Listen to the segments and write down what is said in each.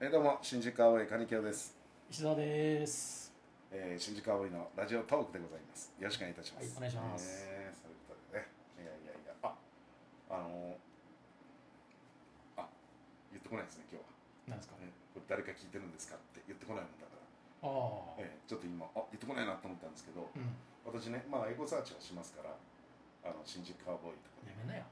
えーどうも新宿青い金清です、石澤です。えー、新宿青いのラジオトークでございますよろしくお願いいたします、はいお願いしますえーそういうことでねいやいやいやああのー、あ言ってこないですね今日は、なんですか。ねこれ誰か聞いてるんですかって言ってこないもんだから、ああ。えーちょっと今あ言ってこないなと思ったんですけどうん。私ねまあエゴサーチをしますからあの新宿カウボーイとかねやめなよ。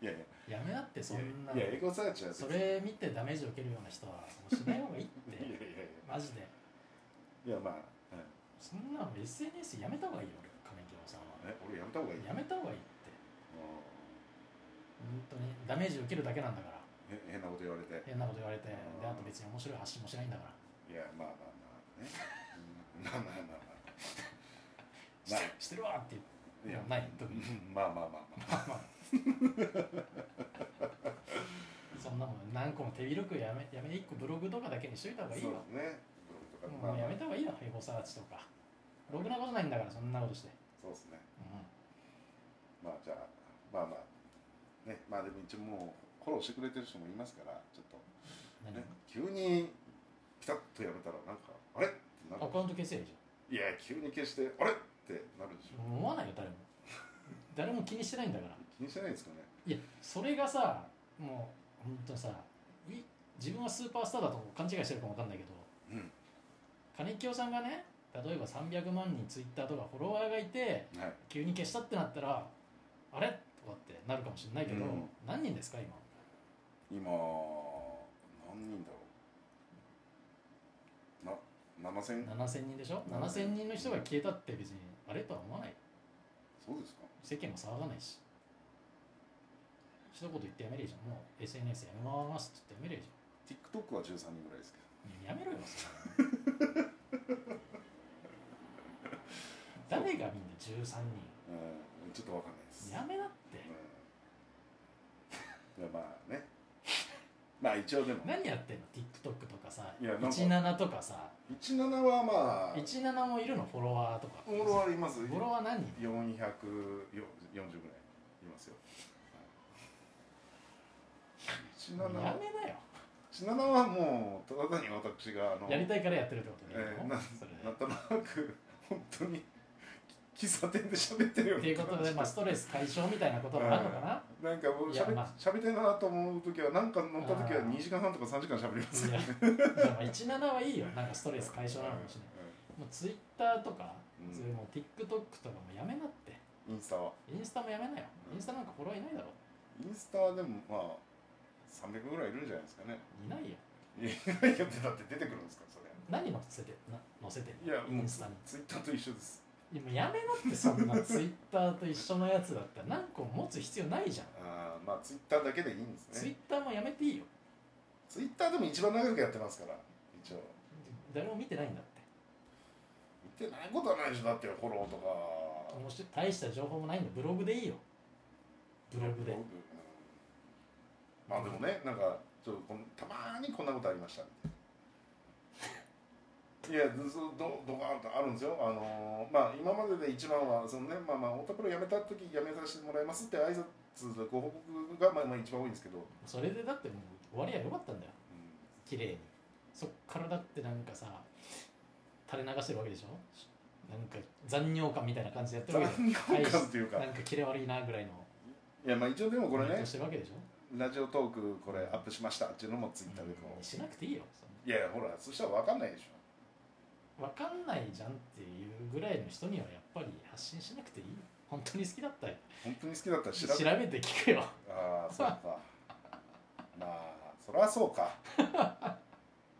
いやいや。やめなってそんないやいやエゴサーチは別そにれ見てダメージを受けるような人はもうしない方がいいっいやいやいて。やマジで。いやまあ、うんそんなの SNS やめた方がいいよ。俺亀木さんは。え俺やめた方がいいやめた方がいいって。うん本当にダメージ受けるだけなんだから。へ変なこと言われて変なこと言われて、であと別に面白い発信もしないんだから。いやまあまあまあねうんまあまあまあましてしてるわって言あいやもうない特にうんまあまあまあまあう。そんなもん何個も手広くやめやめ一個ブログとかだけにしといた方がいいそうよで。すねブログとかまあもうやめた方がいいよ。エゴサーチとか。ブログなことないんだからそんなことして。そうですねうん。まあじゃあまあまあねまあでも一応もうフォローしてくれてる人もいますからちょっと何ね急にピタッとやめたらなんかあれってなアるカウント消せるじいや急に消してあれってなるでしゃん思わないよ誰 も誰も気にしてないんだからょ気にしてないですかねいやそれがさもう本当さい自分はスーパースターだと勘違いしてるかもわかんないけどうん金清さんがね例えば300万人ツイッターとかフォロワーがいてはい急に消したってなったらあれとかってなるかもしれないけど、うん何人ですか今今何人だろうな7000 7000人でしょ7000人の人が消えたって別にあれとは思わないそうですか世間も騒がないし一言言ってやめれじゃんもう SNS やめますって言ってやめれじゃん TikTok は13人ぐらいですけやめろよそれ 誰がみんなど、13人うん、ちょっとわかんないですやめなってうん、いやまあね まあ一応でも何やってんの TikTok とかさいやなんか17とかさ17はまあ17もいるのフォロワーとかフォロワーいますフォロワー何人440ぐらいいますよや17めはなよ17はもうただ単に私があのやりたいからやってるってことねえー、なそれなんでとなく本当にき喫茶店で喋ってるようっていうことで、まあ、ストレス解消みたいなこともあるのかななんかもういしゃやべ,、まありたいなと思う時はなんか乗った時はあー2時間半とか3時間喋りますいね やいやまあ17はいいよなんかストレス解消なのかもしれないもうツイッターとか、うんそういうもう TikTok とかもやめなってうんインスタはインスタもやめなようんインスタなんかフォロワーいないだろインスタはでもまあ300ぐらいいるんじゃないですかねいないよいやいやだって出てくるんですかそれ何載せてな載せていやイもうンツスタにイッターと一緒ですでもやめなってそんなツイッターと一緒のやつだったら何個も持つ必要ないじゃん、ああまあツイッターだけでいいんですツイッねターもやめていいよツイッターでも一番長くやってますから一応誰も見てないんだって見てないことはないでしょだってフォローとか面白い大した情報もないんだブログでいいよブログでうんまあでもねなんかちょっとこんたまーにこんなことありま したみたいないやずそうどどかんとあるんですよあのーまあ今までで一番はそのねまあまあ太田プロ辞めた時辞めさせてもらいますって挨拶でご報告がまあまあ一番多いんですけど、うんそれでだってもう終わりは良かったんだよ綺麗にそっからだってなんかさ垂れ流してるわけでしょなんか残尿感みたいな感じでやってるわけで残尿感っていうかなんかキレ悪いなぐらいのいやまあ一応でもこれコメンねトしてるわけでしょラジオトークこれアップしましたっていうのもツイッターでこうんうしなくていいよそんないやいやほらそしたら分かんないでしょ分かんないじゃんっていうぐらいの人にはやっぱり発信しなくていいよ本当に好きだったら本当に好きだったら調調べてべて聞くよああそうかまあそりゃそうか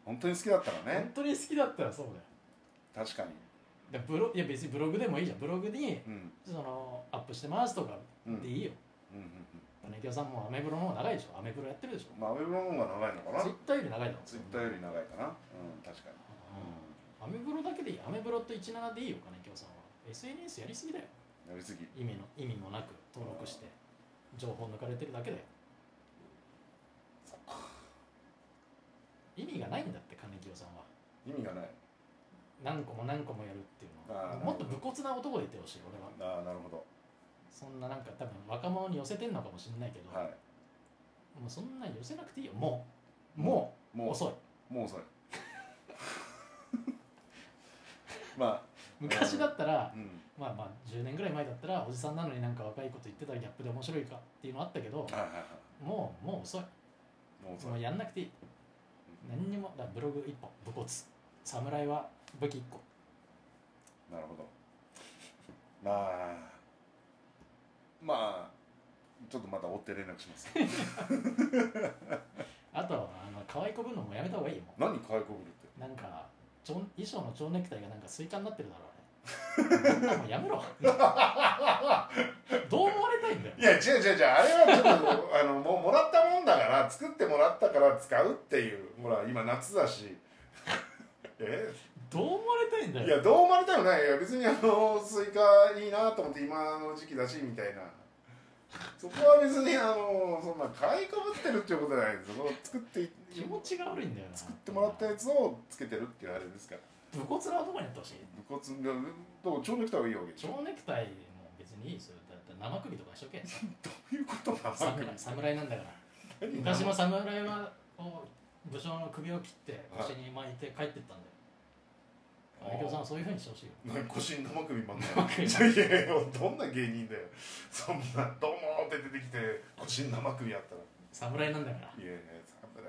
本当に好きだったら本ね当に好きだったらそうだよ確かにでブロいや別にブログでもいいじゃんブログにうんそのアップしてますとかでいいよ、うんうん金清さんもアメブロの方が長いでしょアメブロやってるでしょうんまあアメブロの方が長いのかなツイッターより長いだろツイッターより長いかなうん確かにアメブロだけでいいアメブロと17でいいよ金京さんは SNS やりすぎだよやりすぎ意味の意味もなく登録して情報抜かれてるだけだよそっ意味がないんだって金清さんは意味がない何個も何個もやるっていうのあはーもっと無骨な男でいてほしい俺はああなるほどそんななんか多分若者に寄せてんのかもしれないけど、はいもうそんな寄せなくていいよももうも遅いうもう遅い ま昔だったらあ、うん、まあまあ10年ぐらい前だったらおじさんなのになんか若いこと言ってたギャップで面白いかっていうのあったけどはいはいはもうもう遅いいもう遅いもうやんなくていいうん何にもだからブログ一本武骨侍は武器一個なるほどまあまあちょっとまた追って連絡しますあとはあの可愛い子ぶるのもやめた方がいいよも何かいこぶるってうなんかちょん衣装の蝶ネクタイがなんかスイカになってるだろうね そんなもんやめろどう思われたいんだよいや違う違う違うあれはちょっとあのもうもらったもんだから作ってもらったから使うっていうほら今夏だし えどう思われたいんだよいやどう思われたくないいや別にあのスイカいいなと思って今の時期だしみたいなそこは別にあのそんな買いかぶってるっていうことじゃないですその作ってい気持ちが悪いんだよな作ってもらったやつをつけてるっていうあれですから武骨な男になってほしい武骨がどう蝶ネクタイはいいわけでし蝶ょ ネクタイも別にいいですよだって生首とかにしとけどういうことなの侍侍なんだから何昔の侍はこう武将の首を切って腰に巻いて帰ってったんだよはい右京さんはそういうふうにしてほしいよ何腰に生首まん生首ないいやいやどんな芸人だよそんな「どうも」って出てきて腰に生首あったら侍なんだからいやいや侍な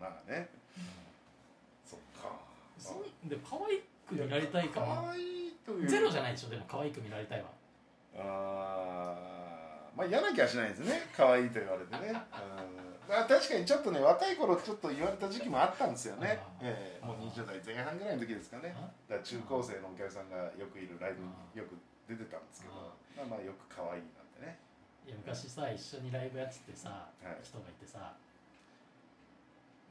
まあねそっかそんで可愛く見られたいか可も愛いというゼロじゃないでしょでも可愛く見られたいはあーまあ嫌な気はしないですね可愛いと言われてね、う んあ確かにちょっとね若い頃ちょっと言われた時期もあったんですよねあ、ーええもう20代前半ぐらいの時ですかねあだから中高生のお客さんがよくいるライブによく出てたんですけどあまあまあよく可愛いなんでねいや昔さ一緒にライブやっててさはい人がいてさ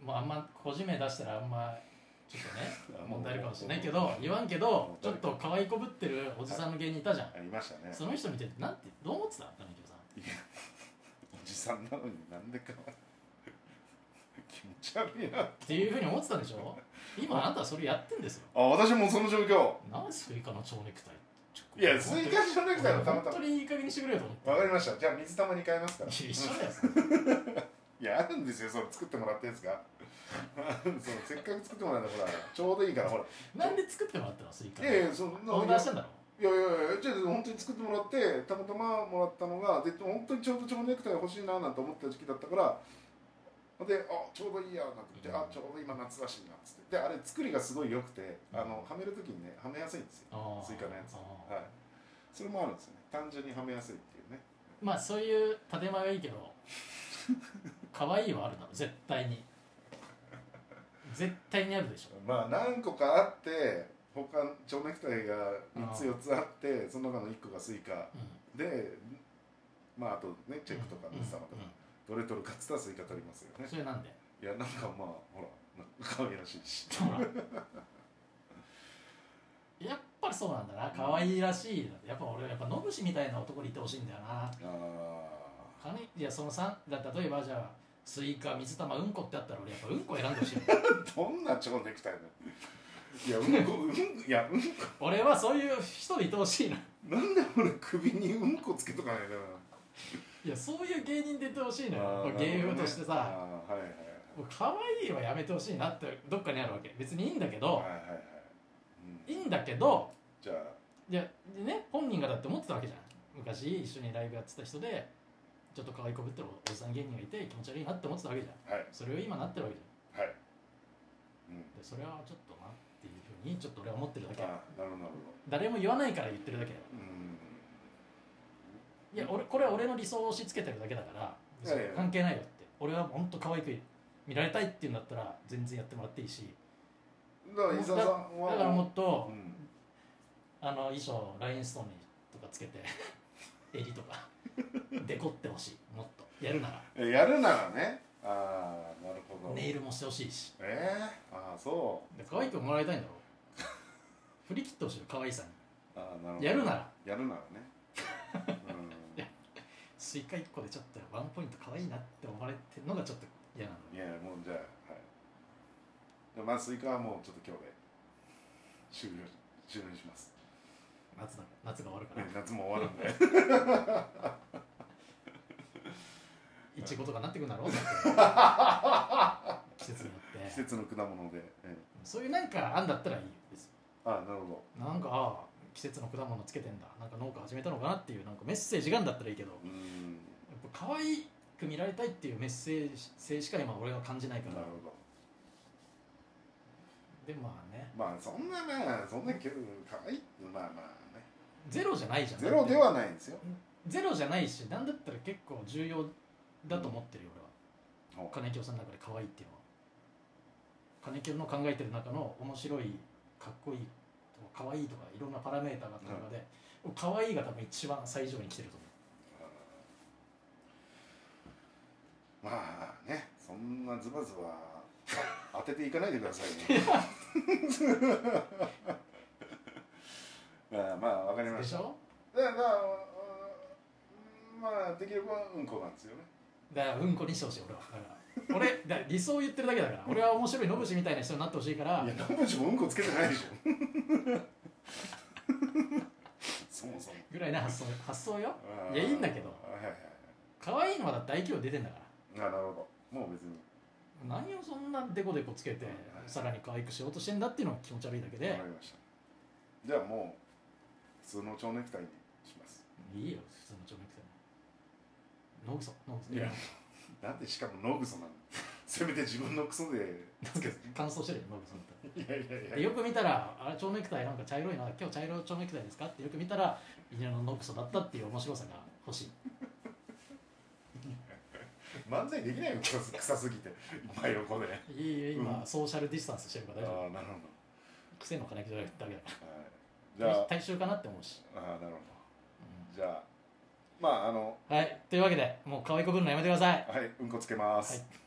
もうあんま個人名出したらあんまちょっとねあもう問題あるかもしれないけど言わんけどちょっと可愛いこぶってるおじさんの芸人いたじゃんありましたねその人見てなんてどう思ってたの右京さんおじさんなのになんで可愛い 気持ち悪いなっていうふうに思ってたんでし ょ今あなたはそれやってんですよあ私もその状況なんでスイカの蝶ネクタイちょいやスイカショネクタイのたまた本ま当にいい加減にしてくれよと思ってわかりましたじゃあ水玉に変えますからいや一緒だよいやあるんですよその作ってもらったやつが そのせっかく作ってもらったほらちょうどいいからほらなんで作ってもらったのスイカいやいやそんなオーダーしたんだろいやいやいやじゃあ本当に作ってもらってたまたまもらったのがで本当にちょうど蝶ネクタイ欲しいななんて思った時期だったからであちょうどいいやなんて言ってあちょうど今夏らしいなっつってであれ作りがすごい良くてあのはめる時にねはめやすいんですよあースイカのやつあーはいそれもあるんですよね単純にはめやすいっていうねまあそういう建前はいいけど可愛いはあるだろ絶対 に絶対にあるでしょまあ何個かあって他蝶ネクタイが3つあー4つあってその中の1個がスイカうんでまああとねチェックとか水玉とうんかうんどれ取るかっつったらスイカ取りますよねそれなんでいやなんかまあほらなんか可愛らしいしほらやっぱりそうなんだな可愛いらしいなやっぱ俺やっぱ野口みたいな男にいてほしいんだよあな金いやその三だ例えばじゃあスイカ水玉うんこってあったら俺やっぱうんこ選んで ほしいーどんな蝶ネクタイだよいやうんこうんいやうんこ俺はそういう人でいてほしいななんで俺首にうんこつけとかないかいやそういう芸人でいてほしいのなよあー芸風としなてさるほどねあーはいはいもう可愛いはやめてほしいなってどっかにあるわけ別にいいんだけどはいはいはいはいうんいいんだけどじゃあいやでね本人がだって思ってたわけじゃん昔一緒にライブやってた人でちょっと可愛いこぶってるおじさん芸人がいて気持ち悪いなって思ってたわけじゃんはいそれを今なってるわけじはいうんゃんでそれはちょっとなっていうふうにちょっと俺は思ってるだけあーなるほどなるほ誰も言わないから言ってるだけどうんいや俺これは俺の理想を押し付けてるだけだからいやいや関係ないよって俺は本当可愛く見られたいっていうんだったら全然やってもらっていいしだから伊沢さんだはからもっと、うんあの衣装ラインストーンにとかつけて 襟とか デコってほしいもっとやるならえやるならねああなるほどネイルもしてほしいしえー、ああそで可愛くもらいたいんだろ 振り切ってほしいよ可愛さうあーなるほにどやるならやるならねいやスイカ1個でちょっとワンポイント可愛いなって思われてるのがちょっと嫌なのうんいやもうじゃあはいでまあスイカはもうちょっと今日で終了終了します、夏だ夏が終わるかねら、夏も終わるんでいちごとかなってくんだろう 季節の果物で、ええそういうなんかあんだったらいいですあなるほなんかああ季節の果物つけてんだなんか農家始めたのかなっていうなんかメッセージがあんだったらいいけどやどうんっぱ可愛く見られたいっていうメッセージ性しか今俺は感じないからなるほどでもまあねまあそんなまあそんなけどかわいいまあまあねゼロじゃないじゃんゼロではないんですよゼロじゃないしなんだったら結構重要だと思ってるよほ俺は金井京さんの中で可愛いっていうのは金井京の考えてる中の面白いかっこいいとか可愛いとかいろんなパラメーターがあった中で、可愛いが多分一番最上位に来てると思うまあねそんなズバズバ当てていかないでくださいね まあまあわかりまでししたょだからうんまあできればうんこなんですよねだからうんこにしてほしい俺はだ から俺だから理想を言ってるだけだから俺は面白い野口みたいな人になってほしいからいや何文字もうんこつけてない でしょそもそもぐらいな発想発想よあーいやいいんだけどはいはいはい可愛いのはだって大企業出てんだからあなるほどもう別に何をそんなデコデコつけてさらに可愛くしようとしてんだっていうのが気持ち悪いだけわでかりましたじゃあもう普通の蝶ネクタイにしますいいよ普通の蝶ネクタイもノグソノグソいやなんでしかもノグソなのせめて自分のクソでつけて乾燥してるよノグソだったいやいらやでいやよく見たらあれ蝶ネクタイなんか茶色いな今日茶色い蝶ネクタイですかってよく見たら犬のノグソだったっていう面白さが欲しい漫才できないよ臭す臭すぎ て真横でいいいい今、うんソーシャルディスタンスしてるかあら大丈夫あなるほ癖の金木じゃなくてだけだかど、はい、じゃらあ大衆かなって思うし、ああなるほどじゃあまああのうんはいというわけでもう可愛いこぶるのやめてくださいはいうんこつけます、はい